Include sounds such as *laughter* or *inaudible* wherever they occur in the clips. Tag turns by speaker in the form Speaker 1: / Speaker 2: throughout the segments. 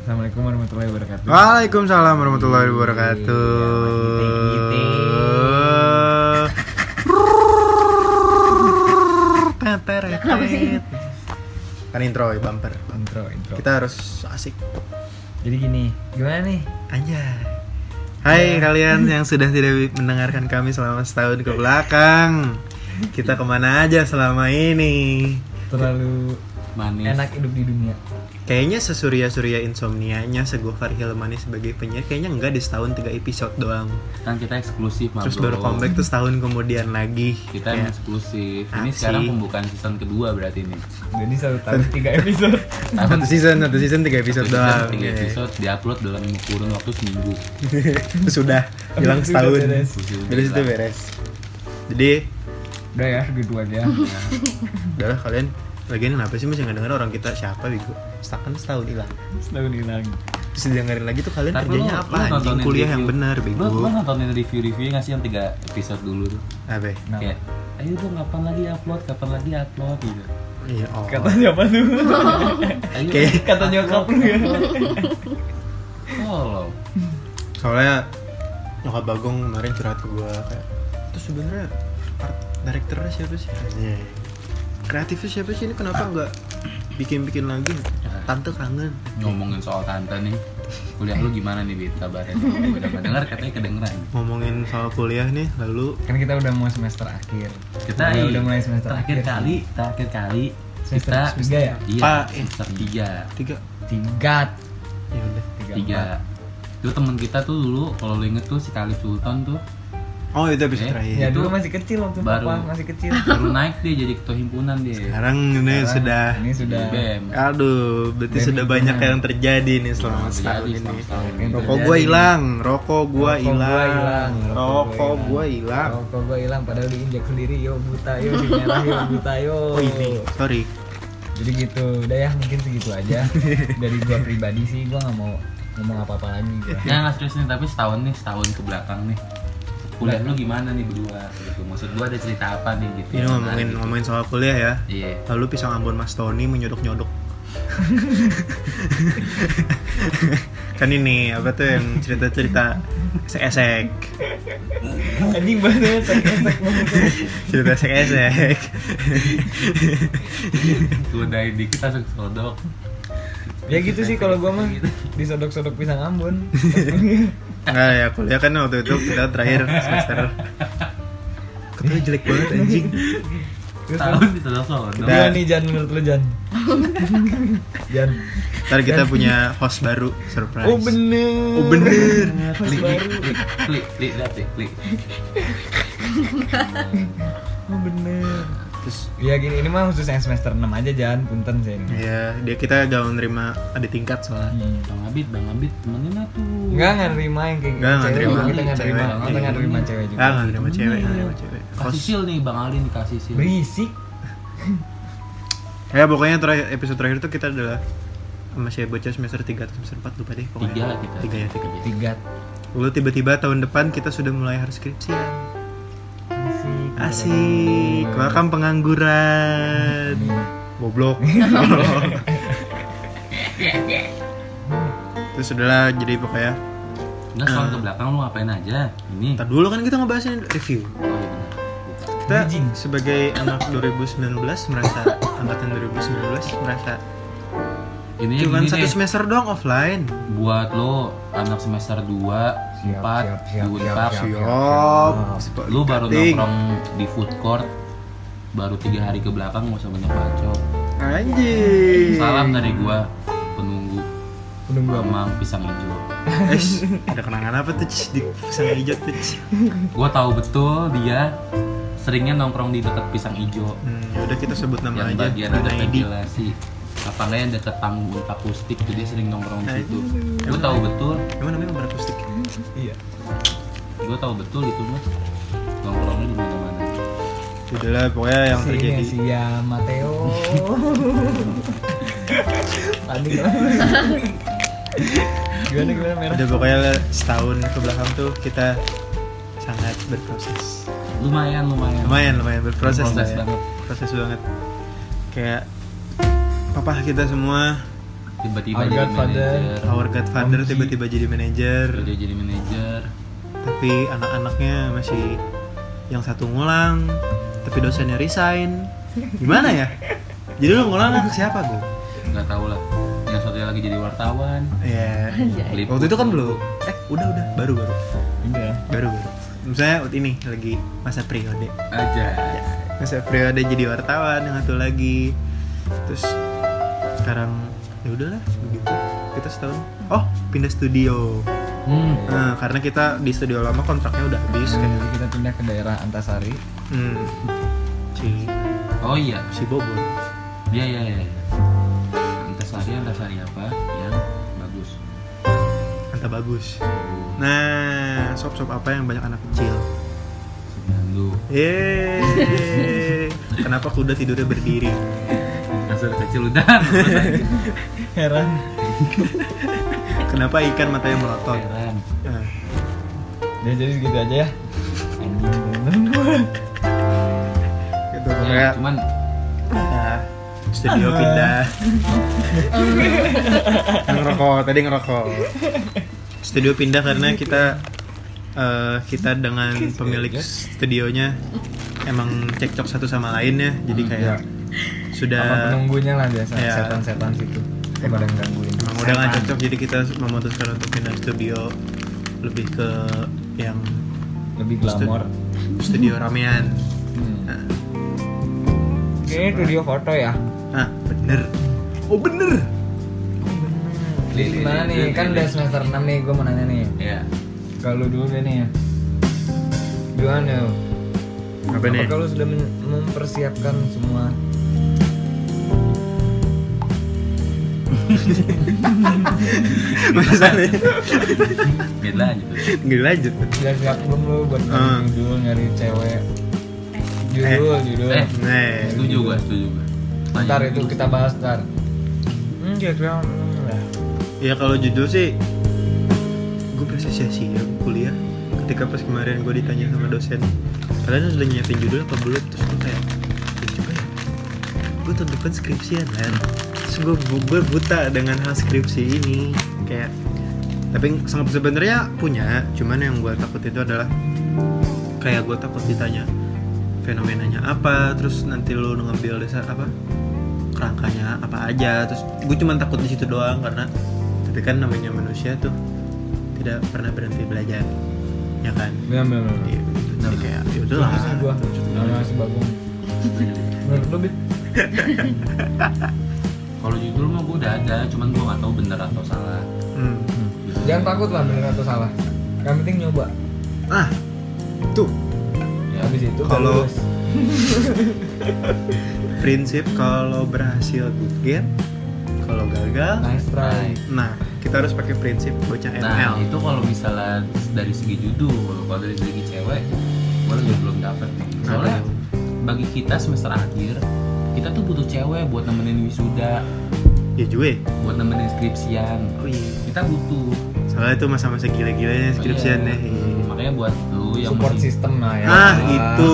Speaker 1: Assalamualaikum warahmatullahi wabarakatuh. Iya,
Speaker 2: Waalaikumsalam warahmatullahi wabarakatuh. Teteret. Kan intro ya, bumper.
Speaker 1: Intro, intro.
Speaker 2: Kita harus asik.
Speaker 1: Jadi gini, gimana nih? Iya.
Speaker 2: Anjay. Hai kalian yang sudah tidak mendengarkan kami selama setahun ke belakang. Kita kemana aja selama ini?
Speaker 1: Terlalu
Speaker 3: manis
Speaker 1: enak hidup di dunia.
Speaker 2: Kayaknya sesuria-suria insomnianya Segofar Hilmani sebagai penyiar kayaknya enggak di setahun tiga episode doang.
Speaker 3: kan kita eksklusif Mabro.
Speaker 2: Terus baru comeback tuh setahun kemudian lagi. Ya.
Speaker 3: kita emang eksklusif ini
Speaker 2: Apaan
Speaker 3: sekarang
Speaker 2: sih?
Speaker 3: pembukaan season kedua berarti ini
Speaker 1: Jadi satu tahun tiga episode.
Speaker 2: Satu season, satu season tiga episode
Speaker 3: Satu season,
Speaker 2: doang.
Speaker 3: tiga
Speaker 2: Iya.
Speaker 3: episode diupload dalam kurun waktu seminggu
Speaker 2: Sudah, hilang
Speaker 1: Sudah
Speaker 2: setahun.
Speaker 1: beres.
Speaker 2: Dari situ beres. Jadi,
Speaker 1: Udah ya, gitu
Speaker 2: *laughs*
Speaker 1: aja.
Speaker 2: udahlah kalian Lagian kenapa sih masih nggak denger orang kita siapa Bigo? Setakan setahun hilang.
Speaker 1: Setahun hilang.
Speaker 2: Terus dengerin lagi tuh kalian
Speaker 3: Tapi
Speaker 2: kerjanya
Speaker 3: lu-
Speaker 2: apa?
Speaker 3: lu
Speaker 2: Anjing
Speaker 3: nontonin
Speaker 2: kuliah
Speaker 3: review-
Speaker 2: yang benar,
Speaker 3: lu, lu
Speaker 2: Bego.
Speaker 3: nontonin review-review nggak sih yang tiga episode dulu tuh
Speaker 2: Apa?
Speaker 1: Nah,
Speaker 3: kayak ayo dong kapan lagi upload kapan lagi upload gitu
Speaker 2: Iya, oh.
Speaker 1: kata siapa tuh?
Speaker 3: ayo
Speaker 2: Kayak-
Speaker 1: kata nyokap lu ya.
Speaker 3: tolong
Speaker 2: Soalnya nyokap Bagong kemarin curhat ke gua kayak terus sebenarnya art directornya siapa sih? Iya. Kreatifnya siapa sih ini kenapa nggak bikin-bikin lagi?
Speaker 3: Iya.
Speaker 2: Tante kangen.
Speaker 3: ngomongin soal tante nih kuliah lu gimana nih Bit kabarnya udah mendengar katanya kedengeran
Speaker 2: ngomongin soal kuliah nih lalu
Speaker 1: Kan kita udah mau semester akhir.
Speaker 3: kita
Speaker 1: udah,
Speaker 3: i-
Speaker 1: udah mulai semester Iya.
Speaker 3: terakhir kali terakhir kali
Speaker 1: Semester
Speaker 3: kita
Speaker 1: tiga ya?
Speaker 3: iya
Speaker 2: Ah, eh.
Speaker 3: semester tiga
Speaker 2: tiga
Speaker 1: Tiga,
Speaker 2: ya udah
Speaker 1: tiga,
Speaker 3: tiga
Speaker 1: empat.
Speaker 3: itu temen kita tuh dulu kalau lu inget tuh si Khalif Sultan tuh
Speaker 2: oh itu bisa
Speaker 3: Eh,
Speaker 2: terakhir
Speaker 1: Ya
Speaker 3: Itu
Speaker 1: dulu masih kecil waktu
Speaker 3: baru.
Speaker 1: papa masih kecil.
Speaker 2: *laughs*
Speaker 3: baru naik dia jadi ketua himpunan dia
Speaker 2: sekarang ini
Speaker 1: Sekarang
Speaker 2: sudah ya,
Speaker 1: Ini sudah.
Speaker 3: Di BEM
Speaker 2: aduh berarti
Speaker 1: Dari
Speaker 2: sudah banyak
Speaker 1: hidupnya.
Speaker 2: yang terjadi nih selama
Speaker 3: Jadi
Speaker 2: setahun ini
Speaker 3: setahun
Speaker 1: Ini
Speaker 3: ini.
Speaker 2: rokok
Speaker 1: terjadi.
Speaker 2: gua hilang rokok gua
Speaker 1: Rokok gua
Speaker 2: hilang rokok gua hilang
Speaker 1: Rokok gua hilang padahal diinjak sendiri yo buta yo si merah yo buta yo.
Speaker 2: oh ini sorry
Speaker 1: Jadi gitu, udah ya mungkin segitu aja. Dari gua pribadi sih gua nggak mau ngomong apa-apa lagi gua.
Speaker 3: *laughs* ya nggak serius nih tapi setahun nih setahun ke belakang nih kuliah lu gimana nih berdua gitu maksud gua ada cerita apa nih gitu
Speaker 2: ini ngomongin
Speaker 3: Nah, gitu.
Speaker 2: ngomongin soal kuliah ya
Speaker 3: iya
Speaker 2: lalu pisang Ambon Mas Tony menyodok nyodok *laughs* kan ini apa tuh yang cerita cerita esek esek
Speaker 1: Anjing banget esek-esek banget.
Speaker 2: cerita esek esek
Speaker 3: gua dari dikit langsung sodok
Speaker 1: Ya gitu sih kalau gua mah disodok-sodok pisang Ambon.
Speaker 2: Enggak ya, kuliah kan waktu itu kita terakhir semester Ketua jelek banget anjing
Speaker 1: Terus
Speaker 3: setahun disodok sodok
Speaker 2: Udah.
Speaker 1: Iya nih Jan menurut lu Jan. Jan.
Speaker 2: Ntar kita punya host baru, surprise
Speaker 1: Oh bener.
Speaker 2: Oh, bener.
Speaker 1: Pas
Speaker 3: klik
Speaker 1: baru.
Speaker 3: klik klik klik lihat deh klik
Speaker 1: Oh bener.
Speaker 2: Terus
Speaker 1: Ya gini ini mah khusus yang semester 6 aja Jan, punten saya ini.
Speaker 2: ya, dia kita gak menerima ada tingkat soalnya
Speaker 1: Hmm.
Speaker 3: bang Abid bang Abid temenin lah tuh
Speaker 1: Enggak nggak nerima yang kayak gitu.
Speaker 2: Nggak, nggak
Speaker 1: cewek
Speaker 2: nerima.
Speaker 1: juga. Kita nggak
Speaker 2: Cewek.
Speaker 1: nerima, kita nggak nerima cewek juga.
Speaker 2: Ah, gak nerima cewek, gak nerima cewek
Speaker 3: kasih
Speaker 2: Host
Speaker 3: sil nih bang Ali nih kasih sil
Speaker 1: Berisik.
Speaker 2: Ya pokoknya terakhir, episode terakhir tuh kita adalah masih bocah semester 3 atau semester 4 lupa deh pokoknya
Speaker 3: tiga lah kita
Speaker 2: Tiga ya, tiga.
Speaker 1: Tiga.
Speaker 2: Lalu tiba-tiba tahun depan kita sudah mulai harus skripsi
Speaker 1: Asik.
Speaker 2: Asik, welcome pengangguran
Speaker 3: *laughs*
Speaker 2: Goblok Terus udahlah jadi pokoknya
Speaker 3: Nggak soal ke belakang lu ngapain aja ini
Speaker 2: Ntar dulu kan kita ngebahasin review
Speaker 3: oh iya benar
Speaker 2: Kita
Speaker 1: Anjing.
Speaker 2: sebagai anak 2019 merasa Angkatan 2019 merasa
Speaker 3: ini
Speaker 2: Cuman
Speaker 3: Iya, gini
Speaker 2: satu
Speaker 3: deh
Speaker 2: semester doang offline
Speaker 3: buat lo anak semester 2, 4,
Speaker 1: Siap, siap, siap,
Speaker 3: unpad
Speaker 1: siap,
Speaker 2: Siap
Speaker 3: lu baru
Speaker 2: Cutting.
Speaker 3: nongkrong di food court baru tiga hari ke belakang gak usah banyak bacot *laughs*
Speaker 2: Anjing
Speaker 3: salam dari gua penunggu
Speaker 1: Menunggu apa?
Speaker 3: mamang pisang hijau
Speaker 2: Eish, Eh, ada kenangan apa tuh Cis? di pesan hijau tuh Cis?
Speaker 3: gue tahu betul dia seringnya nongkrong di dekat pisang ijo
Speaker 2: Hmm, yaudah kita sebut nama
Speaker 3: yang
Speaker 2: aja
Speaker 3: bagian ada
Speaker 2: Junaidi
Speaker 3: ventilasi apa enggak yang dekat panggung akustik tuh dia sering nongkrong di situ gue tahu betul
Speaker 2: Emang namanya nomor akustik?
Speaker 1: Iya.
Speaker 3: gue tahu betul itu mah nongkrongnya di mana mana
Speaker 2: Udah lah pokoknya yang
Speaker 1: Si ini
Speaker 2: terjadi
Speaker 1: si ya *laughs* Mateo. Panik lah. Gimana gimana merah?
Speaker 2: Udah pokoknya lah, setahun ke belakang tuh kita sangat berproses
Speaker 3: lumayan lumayan
Speaker 2: Lumayan, lumayan berproses lah
Speaker 3: Berproses
Speaker 2: ya
Speaker 3: banget.
Speaker 2: Proses banget Kayak Papa kita semua
Speaker 3: tiba-tiba
Speaker 1: Our
Speaker 3: jadi
Speaker 1: Godfather.
Speaker 3: manajer
Speaker 2: Our Godfather
Speaker 1: Om Ji.
Speaker 2: tiba-tiba jadi
Speaker 3: Terus
Speaker 2: manajer,
Speaker 3: dia jadi manajer
Speaker 2: tapi anak-anaknya masih yang satu ngulang, tapi dosennya resign. Gimana ya? Jadi lu ngulang ke siapa gue?
Speaker 3: nggak tahu lah yang satunya lagi jadi wartawan
Speaker 2: Iya.
Speaker 3: Peliput.
Speaker 2: Waktu itu kan belum. Eh, udah udah, baru baru,
Speaker 1: Udah.
Speaker 2: baru baru. Misalnya waktu ini lagi masa periode,
Speaker 3: aja
Speaker 2: masa periode jadi wartawan yang satu lagi. Terus sekarang ya udahlah begitu. Kita setahun. Oh, pindah studio.
Speaker 3: hmm.
Speaker 2: Nah, karena kita di studio lama kontraknya udah habis kan.
Speaker 1: Jadi kita pindah ke daerah Antasari.
Speaker 2: Hmm. Si
Speaker 3: oh iya
Speaker 2: si Bobo.
Speaker 3: Iya iya iya. Antasari Antasari apa yang bagus?
Speaker 2: Anta bagus. Nah, sop-sop apa yang banyak anak kecil?
Speaker 3: Senandu.
Speaker 2: Yeay. Kenapa kuda tidurnya berdiri?
Speaker 3: Dasar kecil
Speaker 2: *laughs*
Speaker 3: udah. lepas aja.
Speaker 1: Heran.
Speaker 2: Kenapa ikan matanya melotot?
Speaker 3: Heran.
Speaker 2: Nah,
Speaker 1: Ya jadi segitu aja ya. Anjing bener gua.
Speaker 2: gitu
Speaker 3: Ya,
Speaker 2: pokoknya
Speaker 3: cuman
Speaker 2: nah, studio *laughs* pindah. ngerokok, tadi ngerokok. Studio pindah karena kita eh, kita dengan pemilik studionya emang cekcok satu sama lainnya jadi kayak sudah
Speaker 1: Sama penunggunya lah biasa
Speaker 2: Iya.
Speaker 1: setan-setan situ. Kepada gangguin.
Speaker 2: Emang udah nggak cocok jadi kita memutuskan untuk pindah studio lebih ke yang
Speaker 1: Lebih glamor.
Speaker 2: studio ramean.
Speaker 1: Hmm.
Speaker 2: Nah,
Speaker 1: Ini studio foto ya.
Speaker 2: nah, bener. Oh bener.
Speaker 1: Jadi gimana nih? Kan udah semester 6 nih gua mau nanya nih.
Speaker 3: ya
Speaker 1: Kalau dulu deh nih ya. Gimana?
Speaker 2: Apa nih?
Speaker 1: ya. Apakah lu sudah men- mempersiapkan semua
Speaker 2: Bahasannya.
Speaker 3: beda gitu.
Speaker 2: *laughs* Nggak lanjut.
Speaker 1: Udah siap belum lu buat nyari
Speaker 2: Hmm.
Speaker 1: judul, nyari cewek Judul, judul
Speaker 3: Eh,
Speaker 2: Nah,
Speaker 3: setuju gua, setuju gua. Tanya
Speaker 1: Ntar itu
Speaker 3: dulu.
Speaker 1: kita bahas ntar Hmm, kira-kira hmm, lah.
Speaker 2: ya kalau judul sih, gue berasa sia-sia gua ya, kuliah. Ketika pas kemarin gue ditanya sama dosen, kalian sudah nyiapin judul apa belum? Terus gue kayak, ya juga ya. Gue tahun depan skripsian kan. Terus gue buta dengan hal skripsi ini. Kayak, tapi sangat sebenarnya punya. Cuman yang gue takut itu adalah kayak gue takut ditanya fenomenanya apa terus nanti lu ngambil desa apa kerangkanya apa aja terus gue cuma takut di situ doang karena tapi kan namanya manusia tuh tidak pernah berhenti belajar ya kan
Speaker 1: Belum, belum, belum
Speaker 2: Iya, jadi kayak ya
Speaker 1: Setuju
Speaker 2: udahlah
Speaker 1: sih gua Sama si Bagong Menurut lu, Bit?
Speaker 3: Kalau judul mah gua udah ada, cuman gua nggak tahu bener atau salah.
Speaker 2: Hmm.
Speaker 3: Gitu.
Speaker 1: Jangan takut lah bener atau salah Yang penting nyoba
Speaker 2: ah tuh
Speaker 3: Ya,
Speaker 1: Habis itu baru
Speaker 2: Kalau-
Speaker 1: lulus.
Speaker 2: prinsip kalau berhasil good game kalau gagal
Speaker 1: Nice try
Speaker 2: nah kita harus pakai prinsip bocah
Speaker 3: Nah,
Speaker 2: ML
Speaker 3: itu kalau misalnya dari segi judul, kalau dari segi cewek, gua lagi belum dapet nih. Soalnya
Speaker 2: Kenapa?
Speaker 3: bagi kita semester akhir, kita tuh butuh cewek buat nemenin wisuda,
Speaker 2: ya juga ya.
Speaker 3: buat nemenin skripsian.
Speaker 2: oh iya
Speaker 3: Kita butuh.
Speaker 2: soalnya itu masa-masa gila-gilanya skripsian
Speaker 3: Iya.
Speaker 2: deh Iya.
Speaker 3: Makanya buat lu yang
Speaker 1: Support
Speaker 3: masih-
Speaker 1: system lah ya
Speaker 2: Ah, itu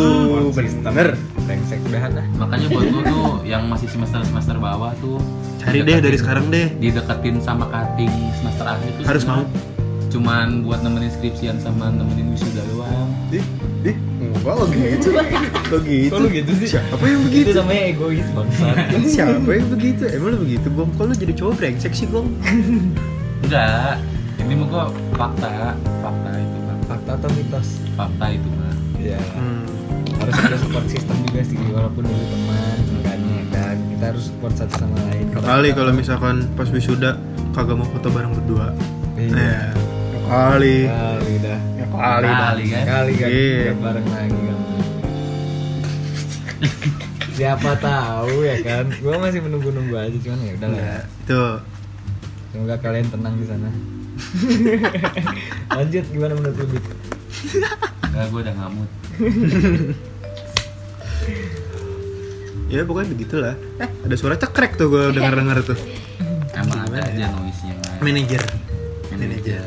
Speaker 2: bener.
Speaker 1: Brengsek udahan lah
Speaker 3: Makanya buat lu tuh yang masih semester-semester bawah tuh
Speaker 2: cari deh dari sekarang deh
Speaker 3: dideketin sama cutting semester akhir tuh
Speaker 2: Harus
Speaker 3: sebenarnya cuman buat nemenin skripsian sama nemenin wisuda doang
Speaker 2: ih ih enggak lo gitu lo gitu
Speaker 1: Kok lu gitu sih?
Speaker 2: siapa yang begitu
Speaker 1: Itu namanya egois bangsat
Speaker 2: siapa yang begitu emang lo begitu gong kok lo jadi cowok brengsek sih gong
Speaker 3: enggak ini mah gua fakta fakta itu mah
Speaker 1: Fakta atau mitos?
Speaker 3: fakta itu mah
Speaker 1: Iya
Speaker 2: Hmm,
Speaker 1: harus ada support system juga sih walaupun dulu teman enggaknya dan kita harus support satu sama lain
Speaker 2: kali kalau misalkan pas wisuda kagak mau foto bareng berdua
Speaker 1: iya
Speaker 2: eh kali
Speaker 1: kali dah
Speaker 2: ya
Speaker 3: kali
Speaker 2: kali
Speaker 3: kali kan
Speaker 1: kali kan
Speaker 2: Iya.
Speaker 1: kita bareng lagi
Speaker 2: *laughs*
Speaker 1: kan siapa tahu ya kan gua masih menunggu nunggu aja cuman ya udah lah ya.
Speaker 2: Nah, itu
Speaker 1: semoga kalian tenang di
Speaker 2: *laughs*
Speaker 1: sana lanjut gimana menurut lu Bit?
Speaker 3: enggak gua udah ngamut
Speaker 2: ya pokoknya begitulah eh ada suara cekrek tuh gue denger denger tuh
Speaker 3: emang ada
Speaker 2: ya?
Speaker 3: aja noise nya
Speaker 2: manajer manajer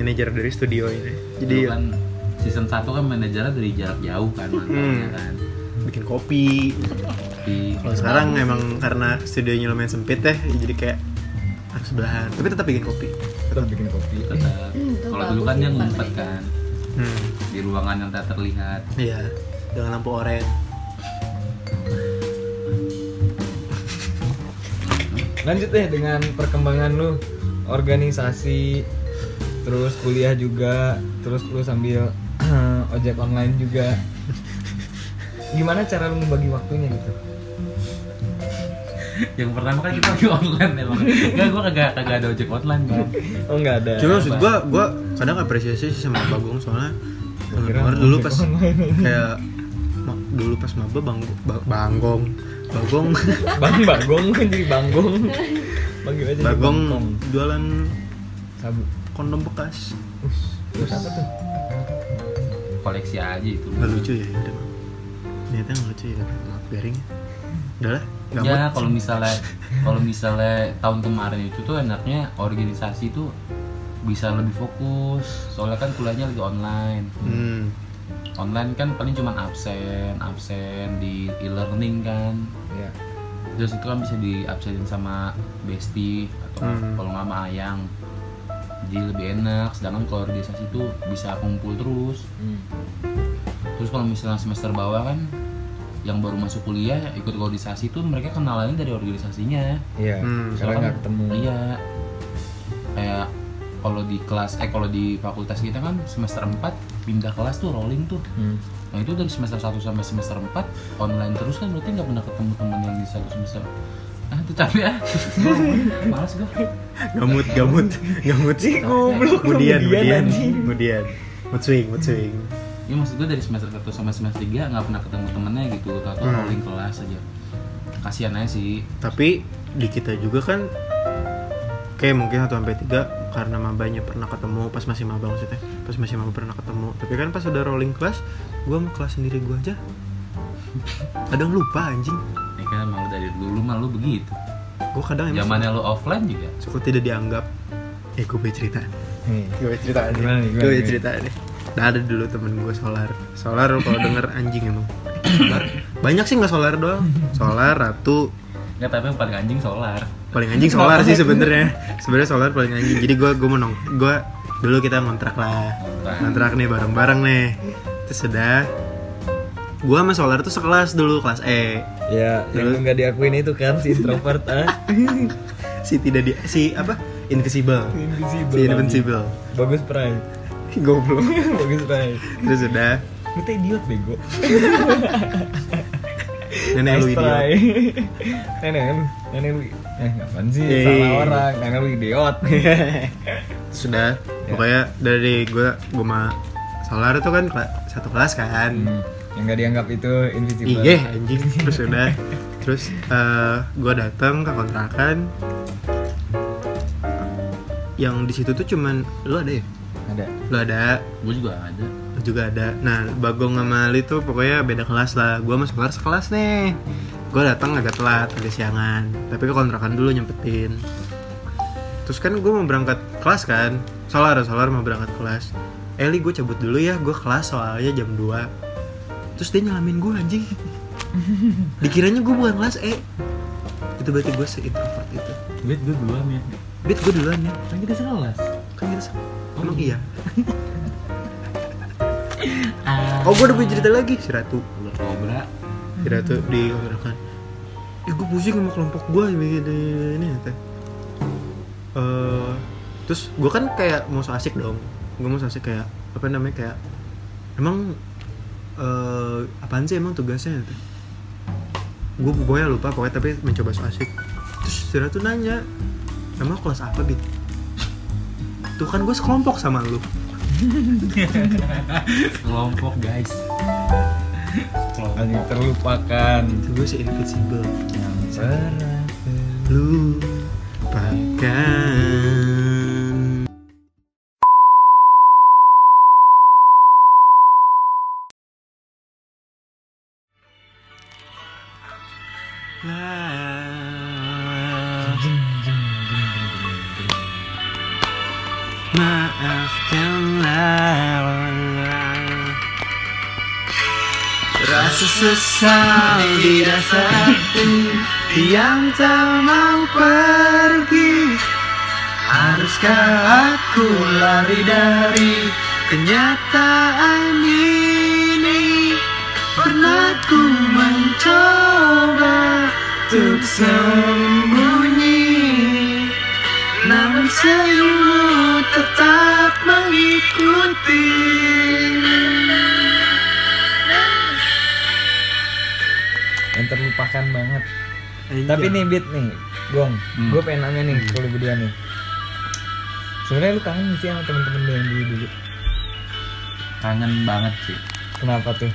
Speaker 2: manajer dari studio ini jadi
Speaker 3: kan season 1 kan manajernya dari jarak jauh kan mantapnya
Speaker 2: Hmm.
Speaker 3: kan
Speaker 2: bikin kopi
Speaker 3: tapi
Speaker 2: Kalau sekarang emang karena studionya lumayan sempit ya, jadi kayak anak sebelahan tapi tetap bikin kopi
Speaker 1: tetap bikin kopi
Speaker 3: tetap
Speaker 4: Hmm, itu
Speaker 3: kalau dulu kan
Speaker 4: bagus
Speaker 3: dia
Speaker 4: sih,
Speaker 3: ngumpet
Speaker 4: Pak.
Speaker 3: kan
Speaker 2: hmm.
Speaker 3: di ruangan yang tak terlihat
Speaker 2: iya dengan lampu oranye
Speaker 1: lanjut deh dengan perkembangan lu organisasi terus kuliah juga terus lu sambil *clears throat* ojek online juga gimana cara lu membagi waktunya gitu
Speaker 3: *laughs* yang pertama kan kita lagi online emang enggak gua kagak kagak ada ojek online bang
Speaker 1: oh nggak ada
Speaker 2: cuma maksud gue gue kadang apresiasi sih sama bagong soalnya
Speaker 1: kira
Speaker 2: bener-bener dulu
Speaker 1: ojek
Speaker 2: pas
Speaker 1: online aja.
Speaker 2: kayak ma- dulu pas maba bang ba- banggong *laughs* bagong
Speaker 1: bang bagong kan jadi banggong panggil aja jadi
Speaker 2: bagong
Speaker 1: Bangkong.
Speaker 2: jualan
Speaker 1: sabu
Speaker 2: kondom bekas
Speaker 1: Us, terus apa tuh
Speaker 3: koleksi aja itu
Speaker 2: nggak lucu ya udah maaf. niatnya nggak lucu ya maaf garing udah lah nggak
Speaker 3: ya
Speaker 2: mau
Speaker 3: kalau misalnya kalau misalnya tahun kemarin itu tuh enaknya organisasi tuh bisa lebih fokus soalnya kan kuliahnya lagi online
Speaker 2: hmm.
Speaker 3: online kan paling cuma absen absen di e-learning kan
Speaker 1: ya
Speaker 3: terus itu kan bisa di absenin sama Besti atau
Speaker 2: Hmm.
Speaker 3: kalau nggak sama Ayang jadi lebih enak sedangkan kalau organisasi itu bisa kumpul terus
Speaker 1: hmm.
Speaker 3: terus kalau misalnya semester bawah kan yang baru masuk kuliah ikut organisasi tuh mereka kenalannya dari organisasinya
Speaker 1: iya
Speaker 2: Hmm,
Speaker 1: karena
Speaker 3: Soalnya
Speaker 1: nggak
Speaker 3: kan-
Speaker 1: ketemu
Speaker 3: iya kayak kalau di kelas eh kalau di fakultas kita kan semester 4 pindah kelas tuh rolling tuh
Speaker 1: Hmm.
Speaker 3: nah itu dari semester 1 sampai semester 4 online terus kan berarti nggak pernah ketemu teman yang di satu semester ah itu capek *laughs* ah Gua malas gue
Speaker 2: gamut gamut gamut sih
Speaker 1: goblok,
Speaker 2: kemudian
Speaker 1: kemudian,
Speaker 2: kemudian
Speaker 1: anjing.
Speaker 2: kemudian mood swing mood swing
Speaker 3: ya maksud gue dari semester 1 sampai semester 3 nggak pernah ketemu temennya gitu atau
Speaker 2: Hmm.
Speaker 3: rolling kelas aja kasihan aja sih
Speaker 2: tapi di kita juga kan kayak mungkin satu sampai tiga karena mabanya pernah ketemu pas masih maba maksudnya pas masih maba pernah ketemu tapi kan pas udah rolling kelas gue mau kelas sendiri gue aja kadang lupa anjing
Speaker 3: ya kan malu dari dulu malu begitu
Speaker 2: gue kadang emang
Speaker 3: zamannya lu offline juga
Speaker 2: suka tidak dianggap eh gue cerita
Speaker 1: Nih,
Speaker 2: gue cerita aja
Speaker 1: Gimana nih, gimana,
Speaker 2: gue
Speaker 1: gimana?
Speaker 2: cerita aja Nah, ada dulu temen gue solar solar lu kalau denger anjing emang Solar. banyak sih nggak solar doang solar ratu
Speaker 3: nggak tapi yang paling anjing solar
Speaker 2: paling anjing solar sih sebenarnya sebenarnya solar paling anjing jadi gue gue menong gue dulu kita ngontrak lah ngontrak nih bareng bareng nih terus sudah gue sama solar tuh sekelas dulu kelas E
Speaker 1: ya yang lu nggak diakuin itu kan si introvert *laughs* ah
Speaker 2: si tidak di si apa invisible
Speaker 1: invisible
Speaker 2: si
Speaker 1: lagi.
Speaker 2: invisible
Speaker 1: bagus pray *laughs*
Speaker 2: goblok
Speaker 1: bagus pray
Speaker 2: terus sudah
Speaker 1: lu tuh idiot bego
Speaker 2: nenek lu
Speaker 1: try.
Speaker 2: idiot
Speaker 1: *laughs* nenek lu nenek lu eh ngapain sih
Speaker 2: Yeay.
Speaker 1: salah orang nenek lu idiot *laughs*
Speaker 2: sudah pokoknya dari gue gue sama solar tuh kan kela- satu kelas kan
Speaker 1: Hmm, yang nggak dianggap itu invisible
Speaker 2: Iya anjing terus udah terus eh gue datang ke kontrakan yang di situ tuh cuman lu ada ya
Speaker 1: ada
Speaker 2: lu ada
Speaker 3: gue juga ada
Speaker 2: lu juga ada nah bagong sama Ali tuh pokoknya beda kelas lah gue sama Solar sekelas nih gue datang agak telat agak siangan tapi ke kontrakan dulu nyempetin terus kan gue mau berangkat kelas kan Solar Solar mau berangkat kelas Eli gue cabut dulu ya gue kelas soalnya jam 2 terus dia nyalamin gue anjing *laughs* dikiranya gue bukan kelas E itu berarti gue se introvert itu
Speaker 3: duit gue duluan ya
Speaker 2: Bit gue duluan ya
Speaker 3: kan kita sekelas
Speaker 2: kan kita sama emang iya
Speaker 3: ah.
Speaker 2: oh gue udah punya cerita lagi si Ratu
Speaker 3: ular kobra
Speaker 2: kira tuh di kontrakan eh gue pusing sama kelompok gue begini ini kata Eh, terus gue kan kayak mau so asik dong gue mau so asik kayak apa namanya kayak emang eh apaan sih emang tugasnya kata. gue gue ya lupa pokoknya tapi mencoba so asik terus Zira tuh nanya emang kelas apa bit tuh kan gue sekelompok sama lu
Speaker 3: kelompok guys kelompok
Speaker 1: hanya terlupakan
Speaker 2: itu gue si invisible
Speaker 1: yang pernah
Speaker 2: lu pakan Lah,
Speaker 1: Jeng, jeng, jeng, jeng, jeng, jeng.
Speaker 2: Maafkanlah Rasa sesal di rasaku Yang tak mau pergi Haruskah aku lari dari kenyataan ini? Pernah ku mencoba untuk sembunyi Namun senyummu tetap mengikuti
Speaker 1: yang terlupakan banget
Speaker 2: Eh, iya.
Speaker 1: tapi nih beat nih gong
Speaker 3: Hmm.
Speaker 1: gue pengen nanya nih kalau berdua nih sebenarnya lu kangen nggak sih sama temen-temen lu yang dulu dulu
Speaker 3: kangen banget sih
Speaker 1: kenapa tuh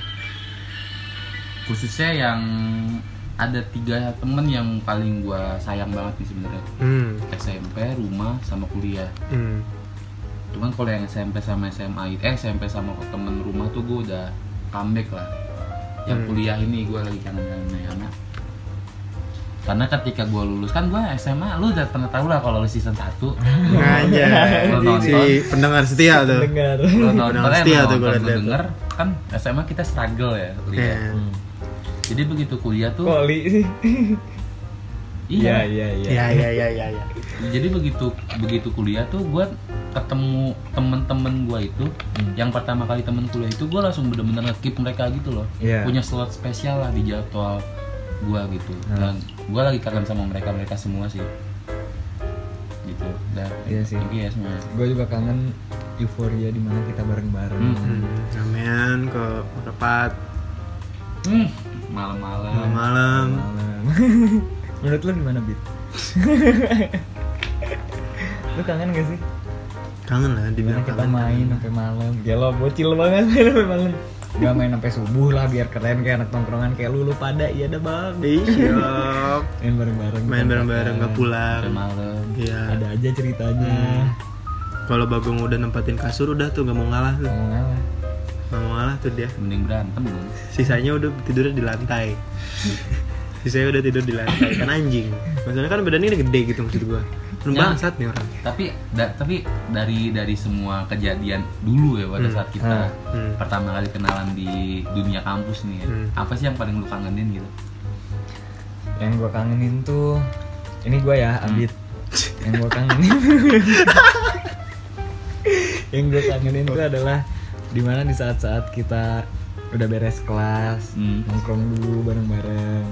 Speaker 3: khususnya yang ada tiga temen yang paling gua sayang banget nih sebenarnya
Speaker 2: hmm,
Speaker 3: SMP rumah sama kuliah
Speaker 2: hmm, *laughs*
Speaker 3: cuman kalau yang SMP sama SMA eh SMP sama temen rumah tuh gue udah comeback lah yang
Speaker 2: Hmm.
Speaker 3: kuliah ini gue lagi kangen kangen karena karena ketika gue lulus kan gue SMA lu udah pernah tahu lah kalau lu season 1
Speaker 2: *laughs*
Speaker 3: lu
Speaker 2: Anjay,
Speaker 3: Lu nonton.
Speaker 2: si pendengar setia tuh
Speaker 1: dengar
Speaker 3: nonton
Speaker 2: Udah
Speaker 3: eh,
Speaker 2: setia
Speaker 3: lu
Speaker 2: ya tuh
Speaker 3: nonton
Speaker 2: gua
Speaker 3: lu
Speaker 2: liat-liat tuh.
Speaker 3: denger kan SMA kita struggle ya kuliah.
Speaker 2: Iya.
Speaker 3: jadi begitu kuliah tuh
Speaker 1: *laughs* koli sih *laughs* iya
Speaker 3: iya
Speaker 1: iya iya
Speaker 2: Iya, iya, iya, iya, iya
Speaker 3: jadi begitu begitu kuliah tuh gue ketemu temen-temen gue itu
Speaker 1: Hmm.
Speaker 3: yang pertama kali temen kuliah itu gue langsung bener-bener nge-keep mereka gitu loh
Speaker 1: Iya.
Speaker 3: punya slot spesial lah di jadwal gue gitu dan
Speaker 1: Nah.
Speaker 3: gue lagi kangen sama mereka mereka semua sih gitu dan
Speaker 1: Iya sih.
Speaker 3: mungkin ya semua
Speaker 1: gue juga kangen euforia di mana kita bareng-bareng
Speaker 3: Hmm.
Speaker 2: Hmm, ramean ke Merapat
Speaker 3: Hmm, malam-malam
Speaker 2: malam-malam
Speaker 1: malam *laughs* menurut lu gimana
Speaker 2: *laughs*
Speaker 1: beat lu kangen gak sih
Speaker 2: kangen lah
Speaker 1: Gimana
Speaker 2: dibilang
Speaker 1: kita
Speaker 2: Iya, kangen
Speaker 1: main sampai malam Gelo bocil banget *laughs* main sampai malam Gak main sampai subuh lah biar keren kayak anak tongkrongan kayak lu lu pada iya dah bang
Speaker 2: *laughs* Iya,
Speaker 1: Main bareng-bareng
Speaker 2: main bareng-bareng nggak pulang
Speaker 3: sampai malam
Speaker 2: iya
Speaker 1: Ada aja ceritanya
Speaker 2: Hmm. kalau Bagong udah nempatin kasur udah tuh nggak mau ngalah tuh
Speaker 1: Mau ngalah
Speaker 2: nggak mau ngalah tuh dia
Speaker 3: mending berantem dong
Speaker 2: sisanya udah tidurnya di lantai sisanya udah tidur di lantai kan anjing maksudnya kan badannya udah gede gitu maksud gua Lu
Speaker 3: Ya.
Speaker 2: bangsat nih orang
Speaker 3: tapi da- tapi dari dari semua kejadian dulu ya pada
Speaker 2: Hmm.
Speaker 3: saat kita
Speaker 2: Hmm.
Speaker 3: pertama kali kenalan di dunia kampus nih ya,
Speaker 2: Hmm.
Speaker 3: apa sih yang paling lu kangenin gitu
Speaker 1: Yang gua kangenin tuh Ini gua ya
Speaker 2: Hmm.
Speaker 1: Abid Yang gua
Speaker 2: *laughs*
Speaker 1: kangenin Yang gua kangenin tuh adalah Dimana di saat-saat kita udah beres kelas
Speaker 3: Hmm.
Speaker 1: Nongkrong dulu bareng-bareng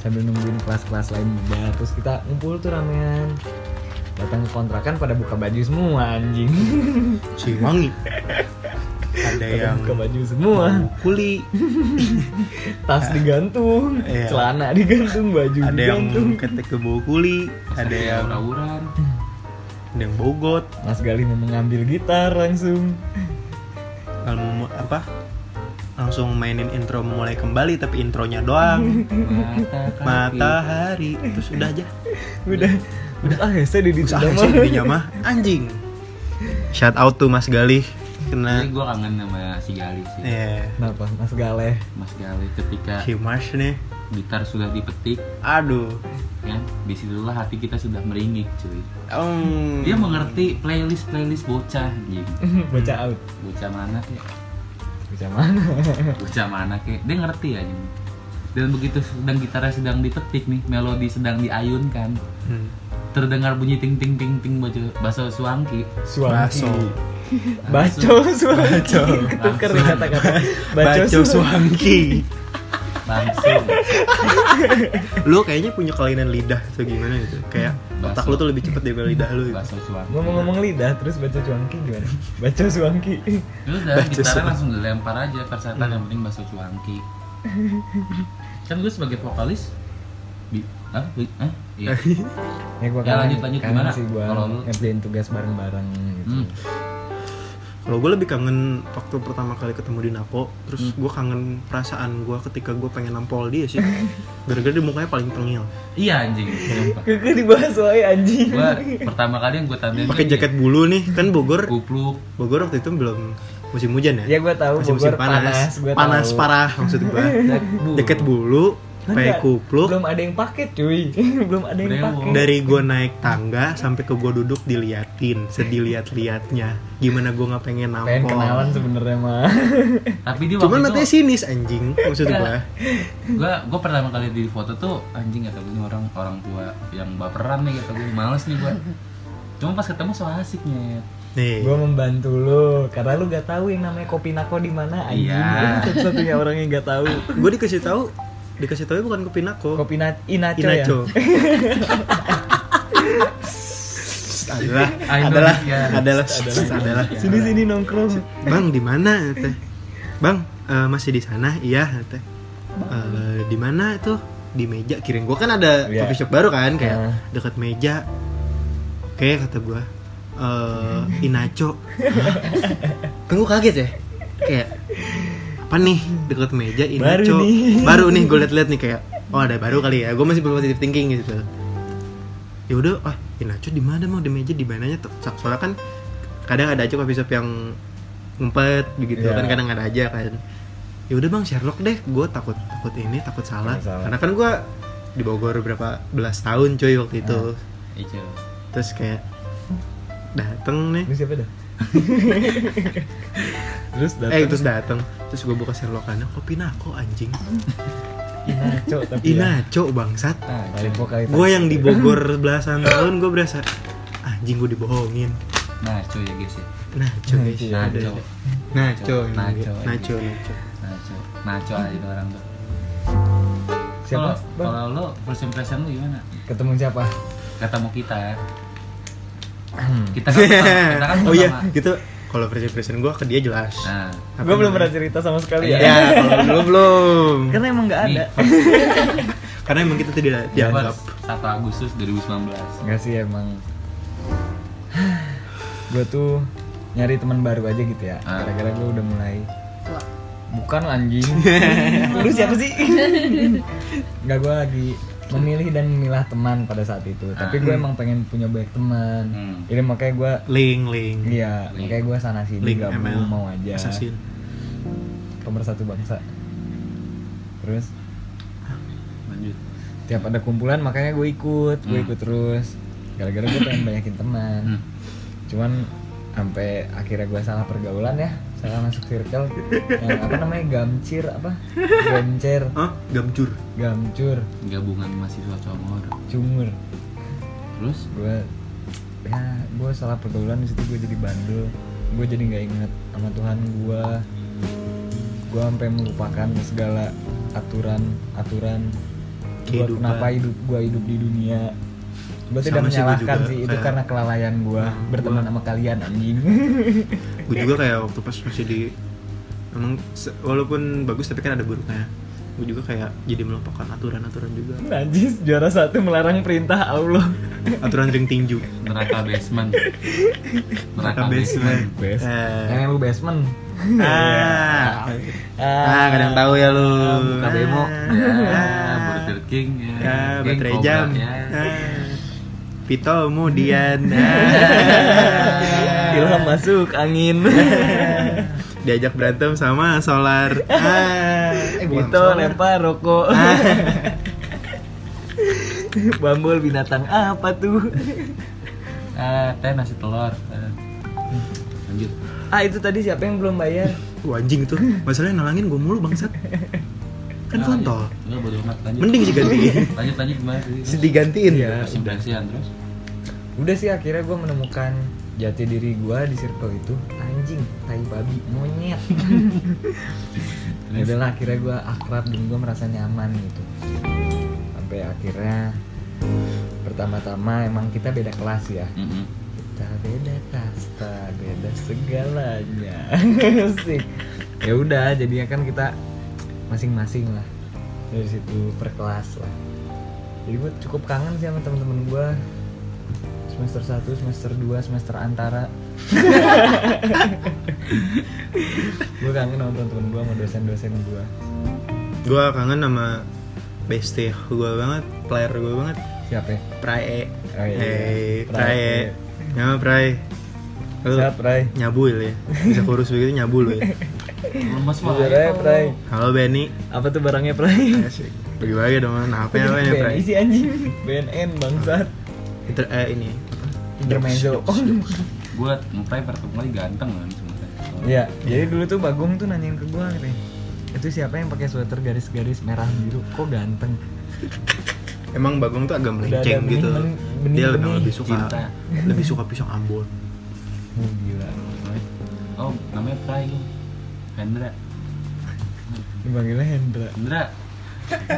Speaker 1: sambil nungguin kelas-kelas lain bubar terus kita ngumpul tuh ramean datang ke kontrakan pada buka baju semua anjing
Speaker 2: si wangi ada
Speaker 1: pada
Speaker 2: yang
Speaker 1: buka baju semua
Speaker 2: mau kuli
Speaker 1: tas
Speaker 2: *laughs*
Speaker 1: digantung
Speaker 2: Iya.
Speaker 1: celana digantung baju
Speaker 2: ada yang
Speaker 1: digantung
Speaker 2: ketek ke bau kuli ada yang *laughs*
Speaker 3: tawuran
Speaker 2: ada yang bogot
Speaker 1: Mas Galih mau mengambil gitar langsung
Speaker 2: kalau mau mau- apa langsung mainin intro mulai kembali tapi intronya doang
Speaker 3: *laughs* mata
Speaker 2: matahari terus udah aja
Speaker 1: udah udah ah ya saya di
Speaker 2: terus ah sih jadinya mah anjing shout out tuh Mas Galih
Speaker 3: jadi
Speaker 2: kena
Speaker 3: gue kangen sama si Galih sih
Speaker 2: ya
Speaker 1: kenapa Mas Galih
Speaker 3: Mas Galih ketika
Speaker 2: si Mars nih
Speaker 3: gitar sudah dipetik
Speaker 2: aduh
Speaker 3: ya disitulah hati kita sudah meringik cuy
Speaker 2: Hmm. Em,
Speaker 3: dia mengerti playlist playlist bocah anjing
Speaker 1: baca out
Speaker 3: bocah mana kek
Speaker 1: baca mana
Speaker 3: bocah mana kek dia ngerti anjing dan begitu sedang gitarnya sedang dipetik nih melodi sedang diayunkan
Speaker 2: hmm,
Speaker 3: terdengar bunyi ting ting ting ting baju baso suangki
Speaker 1: Suwanki
Speaker 2: Baso.
Speaker 1: Baco Suwanki
Speaker 2: Baco.
Speaker 1: Ketuker
Speaker 3: Langsung.
Speaker 1: kata-kata
Speaker 2: Baco
Speaker 1: Suwanki.
Speaker 2: Suwanki
Speaker 3: langsung
Speaker 2: *laughs* lu kayaknya punya kelainan lidah atau gimana gitu kayak
Speaker 3: Baso.
Speaker 2: otak lu tuh lebih cepet daripada lidah lu gitu.
Speaker 3: baso suangki
Speaker 1: Ngomong-ngomong lidah terus baca cuangki gimana? Baca suangki.
Speaker 3: Terus Ya udah
Speaker 2: Baca
Speaker 3: gitarnya
Speaker 2: suara.
Speaker 3: langsung dilempar aja persetan
Speaker 2: Hmm.
Speaker 3: yang penting baso cuangki. kan gue sebagai vokalis bi ah bi ah
Speaker 2: *laughs*
Speaker 3: iya
Speaker 1: Ya gua
Speaker 3: Ya, lanjut, lanjut,
Speaker 1: kangen
Speaker 3: gimana?
Speaker 1: sih gua
Speaker 3: Kalau lu?
Speaker 1: ngerjain tugas bareng-bareng gitu.
Speaker 3: Hmm.
Speaker 2: Kalau gue lebih kangen waktu pertama kali ketemu di Napo,
Speaker 1: Hmm.
Speaker 2: terus gue kangen perasaan gue ketika gue pengen nampol dia
Speaker 1: *laughs*
Speaker 2: sih. Gara-gara dia mukanya paling tengil.
Speaker 3: iya anjing sumpah
Speaker 1: Keke dibahas wae anjing.
Speaker 3: gue pertama kali yang gue tampilin
Speaker 2: Pakai
Speaker 1: Iya.
Speaker 3: ini,
Speaker 2: jaket bulu nih, kan Bogor.
Speaker 3: kupluk
Speaker 2: Bogor waktu itu belum musim hujan
Speaker 1: Ya
Speaker 2: ya?
Speaker 1: gua tahu
Speaker 2: Masih musim
Speaker 1: Bogor panas,
Speaker 2: panas.
Speaker 1: gua
Speaker 2: Panas,
Speaker 1: tahu.
Speaker 2: parah maksud
Speaker 1: *laughs*
Speaker 2: gue.
Speaker 3: bulu.
Speaker 2: Jaket bulu,
Speaker 1: Kan
Speaker 2: pakai
Speaker 1: nggak-
Speaker 2: kupluk.
Speaker 1: Belum ada yang pakai, cuy. *laughs* belum ada yang
Speaker 3: Brewok.
Speaker 1: pakai.
Speaker 2: Dari gue naik tangga sampai ke gue duduk diliatin, sedih liat-liatnya. Gimana gue nggak pengen
Speaker 1: Pengen kenalan
Speaker 2: nampol?
Speaker 1: sebenarnya mah.
Speaker 3: tapi dia
Speaker 2: Cuman
Speaker 3: waktu
Speaker 2: matanya
Speaker 3: itu
Speaker 2: sinis anjing, maksud gue.
Speaker 3: gue gue pertama kali di foto tuh anjing kata gue ini orang orang tua yang baperan nih kata gue males nih gue cuma pas ketemu so asik nyet
Speaker 2: Nih.
Speaker 1: Gue membantu lu karena lu gak tahu yang namanya kopi nako di mana anjing.
Speaker 3: Iya.
Speaker 1: Lu satu-satunya orang yang gak tahu.
Speaker 2: Gue dikasih tahu, dikasih tahu ya bukan ke Pinako.
Speaker 1: Kopi na- inaco,
Speaker 2: Inaco.
Speaker 1: ya. *laughs*
Speaker 2: adalah,
Speaker 3: I know
Speaker 2: adalah,
Speaker 3: this guy.
Speaker 2: adalah, adalah.
Speaker 1: Sini sini nongkrong.
Speaker 2: Bang di mana teh? Bang eh, masih di sana? Iya teh. Eh, di mana tuh? Di meja kirim gua kan ada
Speaker 1: Iya.
Speaker 2: coffee shop baru kan kayak
Speaker 1: Iya.
Speaker 2: dekat meja. Oke kata gua. Eh, Inaco.
Speaker 1: *laughs*
Speaker 2: kan gua kaget ya. Kayak apa nih dekat meja
Speaker 1: Baru
Speaker 2: Inaco.
Speaker 1: nih.
Speaker 2: Baru nih gue liat-liat nih kayak oh ada baru kali ya. Gue masih belum positive thinking gitu. Ya udah ah Inaco di mana mau di meja di mananya tuh. So- Soalnya kan kadang ada aja coffee shop yang ngumpet begitu
Speaker 1: Iya.
Speaker 2: kan kadang ada aja kan ya udah bang Sherlock deh gue takut takut ini takut salah,
Speaker 1: Takut salah.
Speaker 2: karena kan gue di Bogor berapa belas tahun coy waktu itu
Speaker 1: Iya.
Speaker 3: itu
Speaker 2: terus kayak dateng nih
Speaker 1: Lu siapa dah? Terus datang
Speaker 2: eh terus dateng teress gue buka Sherlockannya kopi nako anjing
Speaker 1: inaco tapi ya.
Speaker 2: inaco bangsat
Speaker 1: Nah, kali pok, kali pok.
Speaker 2: gue yang di Bogor belasan tahun gue berasa anjing gue dibohongin
Speaker 3: nah cuy ya guys ya
Speaker 2: naco guys
Speaker 1: Iya,
Speaker 2: Ada-
Speaker 3: naco
Speaker 2: naco
Speaker 3: Naco.
Speaker 2: naco naco naco
Speaker 3: nah cuy nah cuy aja tuh orang tuh
Speaker 1: Siapa?
Speaker 3: Kalau-
Speaker 1: Bang?
Speaker 3: kalau lo first impression lo gimana
Speaker 1: Ketemu siapa?
Speaker 3: ketemu kita kita kan kita kan
Speaker 2: oh iya
Speaker 3: pertama.
Speaker 2: gitu kalau versi present gue ke dia jelas
Speaker 3: nah
Speaker 1: Gue belum pernah Kan- cerita sama sekali
Speaker 2: ya
Speaker 1: ya.
Speaker 2: kalau dulu belum
Speaker 1: Karena emang gak
Speaker 3: ini
Speaker 1: ada.
Speaker 2: karena emang kita tidak dianggap
Speaker 3: 1 Agustus 2019
Speaker 1: Enggak sih emang. gue tuh nyari teman baru aja gitu ya.
Speaker 3: Ah.
Speaker 1: Gara-gara gue udah mulai. Bukan anjing. Lu siapa sih? Enggak gue lagi memilih dan memilah teman pada saat itu. Tapi gue emang pengen punya banyak teman.
Speaker 3: Hmm.
Speaker 1: Jadi makanya gue
Speaker 2: ling ling
Speaker 1: Iya,
Speaker 3: Link.
Speaker 1: makanya gue sana sini
Speaker 2: ling
Speaker 1: gak
Speaker 2: ML
Speaker 1: mau aja
Speaker 2: assassin
Speaker 1: pemersatu bangsa. Terus
Speaker 3: lanjut
Speaker 1: tiap ada kumpulan makanya gue ikut, gue
Speaker 3: Hmm.
Speaker 1: ikut terus. Gara-gara gue pengen banyakin teman.
Speaker 3: Hmm.
Speaker 1: Cuman sampai akhirnya gue salah pergaulan ya, salah masuk circle. Yang apa namanya gamcir
Speaker 3: *laughs*
Speaker 1: apa? Gamcer,
Speaker 2: Hah? gamcur
Speaker 1: gamcur,
Speaker 3: gabungan mahasiswa Comor
Speaker 1: cumur.
Speaker 3: terus
Speaker 1: Gue ya gue salah pergaulan di situ gue jadi bandel. Gue jadi nggak inget sama Tuhan gue. gue sampai melupakan segala aturan aturan gua
Speaker 2: Kehidupan.
Speaker 1: kenapa hidup gue hidup di dunia gue
Speaker 2: Sama sih gua
Speaker 1: tidak menyalahkan
Speaker 2: juga,
Speaker 1: sih, itu
Speaker 2: kayak-
Speaker 1: karena kelalaian gue
Speaker 2: Hmm,
Speaker 1: berteman
Speaker 2: gua-
Speaker 1: sama kalian anjing *laughs*
Speaker 2: gue juga kayak waktu pas masih di emang se- walaupun bagus tapi kan ada buruknya gue juga kayak jadi melupakan aturan-aturan juga
Speaker 1: najis juara satu melarang perintah Allah
Speaker 2: aturan ring tinju
Speaker 3: neraka basement neraka
Speaker 2: Neraka
Speaker 3: basement
Speaker 2: basement.
Speaker 1: Best.
Speaker 2: Eh.
Speaker 1: Yang lu basement *laughs*
Speaker 2: ah ah
Speaker 1: Ah,
Speaker 2: kadang tahu ya lu
Speaker 1: buka demo.
Speaker 3: ya
Speaker 2: Ah.
Speaker 3: Burger King ya,
Speaker 2: Ya,
Speaker 3: King
Speaker 2: baterai
Speaker 3: Cobra,
Speaker 2: jam.
Speaker 3: ya.
Speaker 2: Ah. Pito kemudian Ya. Ah.
Speaker 1: *laughs* Ilham masuk angin
Speaker 2: diajak berantem sama solar. Ah. Eh, bukan Ah.
Speaker 1: Itu
Speaker 2: solar.
Speaker 1: Gitu, lempar rokok *laughs* Bambol binatang apa tuh
Speaker 2: Ah.
Speaker 3: Eh, teh nasi telur Eh, lanjut
Speaker 1: Ah itu tadi siapa yang belum bayar
Speaker 2: Wah, anjing tuh. Masalahnya nalangin gue mulu bangsat. Kan
Speaker 3: Nah,
Speaker 2: kontol.
Speaker 3: lanjut. Enggak, bodo amat lanjut
Speaker 2: Mending sih gantiin.
Speaker 3: lanjut lanjut gimana sih
Speaker 2: Sih digantiin
Speaker 1: Iya.
Speaker 3: terus impresian terus
Speaker 1: udah sih akhirnya gue menemukan jati diri gue di circle itu anjing tai babi monyet
Speaker 2: *laughs*
Speaker 1: Ya udahlah akhirnya gue akrab dan gue merasa nyaman gitu sampai akhirnya pertama-tama emang kita beda kelas ya
Speaker 3: Mm-mm.
Speaker 1: kita beda kasta beda segalanya *laughs* sih ya udah jadinya kan kita masing-masing lah dari situ per kelas lah jadi gue cukup kangen sih sama temen-temen gue semester 1, semester 2, semester antara *laughs* gue kangen sama temen-temen gue sama dosen-dosen gue
Speaker 2: Gue kangen sama bestie gue banget, player gue banget.
Speaker 1: siapa ya?
Speaker 2: Prae.
Speaker 1: Oh, iya.
Speaker 2: Hey,
Speaker 1: Prae.
Speaker 2: Prae. Nama Prae. Lu
Speaker 1: Siap, Ray.
Speaker 2: nyabu lu ya. Bisa kurus begitu nyabu lu ya.
Speaker 3: lemes
Speaker 1: Jujur aja, Pray.
Speaker 2: Halo Benny.
Speaker 1: Apa tuh barangnya, Pray?
Speaker 2: Asik. Bagi-bagi dong, nah, apa ya apa ya,
Speaker 1: *laughs*
Speaker 2: Pray?
Speaker 1: BNI sih anjing. BNN, bangsat.
Speaker 2: Inter eh ini.
Speaker 1: Intermezzo.
Speaker 3: gue ngupai pertama kali ganteng kan sebenarnya
Speaker 1: Iya, jadi dulu tuh Bagong tuh nanyain ke gua nih. Itu siapa yang pakai sweater garis-garis merah biru? Kok ganteng?
Speaker 2: emang Bagong tuh agak melenceng
Speaker 1: benih,
Speaker 2: gitu
Speaker 1: benih, benih,
Speaker 2: dia lebih
Speaker 1: benih,
Speaker 2: lebih suka
Speaker 3: cinta.
Speaker 2: lebih suka pisang Ambon
Speaker 1: Oh, gila
Speaker 3: Oh, namanya Prai lu. Hendra.
Speaker 1: dipanggilnya Hendra
Speaker 3: Hendra.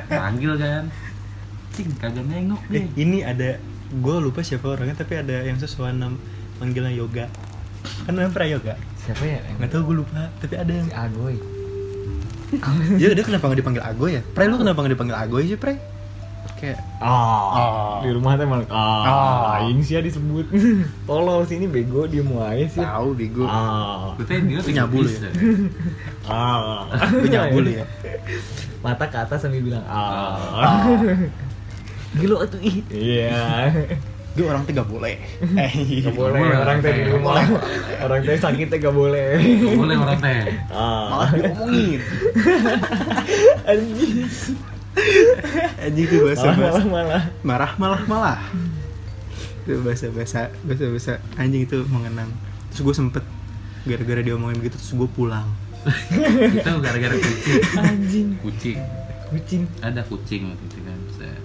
Speaker 3: Panggil kan. Cing, kagak nengok
Speaker 2: *laughs* eh
Speaker 3: nih.
Speaker 2: ini ada gue lupa siapa orangnya tapi ada yang sesuai nam manggilnya Yoga kan namanya Prayoga
Speaker 1: siapa ya
Speaker 2: nggak tau gue lupa tapi ada yang
Speaker 1: si Agoy
Speaker 2: *laughs* ya dia kenapa nggak dipanggil Agoy ya Pray lu kenapa nggak dipanggil Agoy sih Pray kayak
Speaker 1: ah di rumah teh malah
Speaker 2: Ah.
Speaker 1: ah aing sih ya disebut *laughs* tolol sini bego dia mau aja sih
Speaker 2: tahu bego
Speaker 1: ah
Speaker 3: Gue tanya dia
Speaker 2: Lu nyabu lu ya?
Speaker 1: ah
Speaker 2: lu *laughs* nyambul ya
Speaker 1: *laughs* mata ke atas sambil bilang ah
Speaker 3: Ah.
Speaker 1: *laughs* gila tuh ih iya
Speaker 2: gue orang tiga *laughs* boleh eh
Speaker 1: *laughs* gak boleh
Speaker 3: boleh,
Speaker 1: orang teh di
Speaker 3: nggak
Speaker 1: *laughs* rumah orang teh sakit teh gak *laughs* boleh
Speaker 3: Nggak boleh orang teh.
Speaker 1: ah
Speaker 2: malah *laughs* diomongin
Speaker 1: anjing
Speaker 2: anjing tuh bahasa
Speaker 1: malah
Speaker 2: bahasa
Speaker 1: malah malah
Speaker 2: marah malah malah itu bahasa bahasa bahasa bahasa anjing itu mengenang terus gue sempet gara-gara diomongin gitu terus gue pulang
Speaker 3: Itu gara-gara kucing.
Speaker 1: anjing
Speaker 3: Kucing.
Speaker 1: kucing
Speaker 3: Ada kucing waktu itu kan. Set.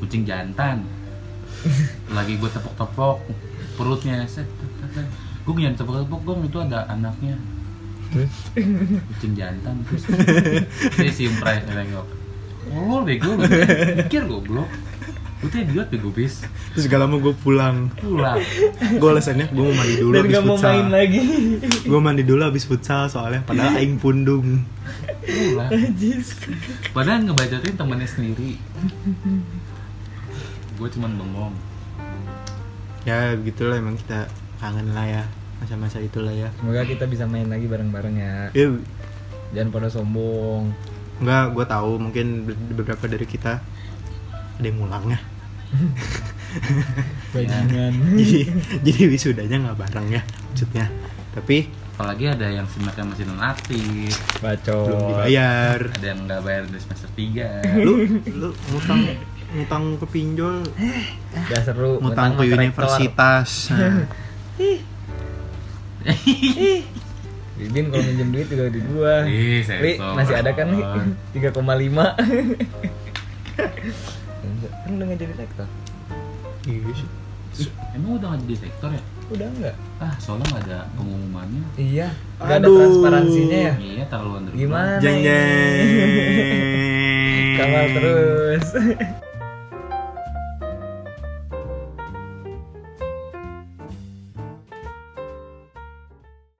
Speaker 3: Kucing jantan. Lagi gue tepok-tepok perutnya. Set. Gue nyari tepok-tepok dong itu ada anaknya.
Speaker 1: terus
Speaker 3: kucing jantan terus dia si umpray nengok oh bego lu mikir goblok lu tuh idiot bego bis
Speaker 2: terus gak lama gue pulang
Speaker 3: pulang
Speaker 2: gue alasannya gue mau mandi dulu
Speaker 1: dan
Speaker 2: habis
Speaker 1: gak mau
Speaker 2: futsal
Speaker 1: main lagi
Speaker 2: gue mandi dulu habis futsal soalnya padahal aing pundung
Speaker 3: pulang
Speaker 1: Najis.
Speaker 3: padahal ngebacotin temennya sendiri gue cuman bengong
Speaker 2: ya begitulah emang kita kangen lah ya masa-masa itulah ya
Speaker 1: semoga kita bisa main lagi bareng-bareng ya
Speaker 2: ya
Speaker 1: jangan pada sombong
Speaker 2: enggak gue tahu mungkin be- beberapa dari kita ada yang ngulang ya *laughs*
Speaker 1: bajingan
Speaker 2: jadi jadi wisudanya nggak bareng ya maksudnya tapi
Speaker 3: apalagi ada yang semesternya masih non aktif
Speaker 1: *laughs* bacot
Speaker 2: belum iya. dibayar
Speaker 3: ada yang nggak bayar dari semester 3
Speaker 2: lu lu ngutang ngutang ke pinjol
Speaker 1: gak
Speaker 2: ngutang
Speaker 1: seru
Speaker 2: ke
Speaker 1: mentang-mentang rektor.
Speaker 2: universitas Nah,
Speaker 1: Bibin kalau minjem duit juga di gua
Speaker 2: Iya,
Speaker 3: Ih,
Speaker 1: Li,
Speaker 3: sensor.
Speaker 1: masih ada kan
Speaker 2: *laughs*
Speaker 1: nih 3,5 Kan udah gak jadi rektor?
Speaker 2: iya sih.
Speaker 3: Ih, emang udah nggak jadi sektor ya
Speaker 1: Udah enggak?
Speaker 3: ah soalnya nggak ada pengumumannya
Speaker 1: Iya, gak ada
Speaker 2: Aduh.
Speaker 1: transparansinya ya?
Speaker 3: iya terlalu underground
Speaker 1: Gimana
Speaker 2: jeng
Speaker 1: ini?
Speaker 2: jeng
Speaker 1: Kawal terus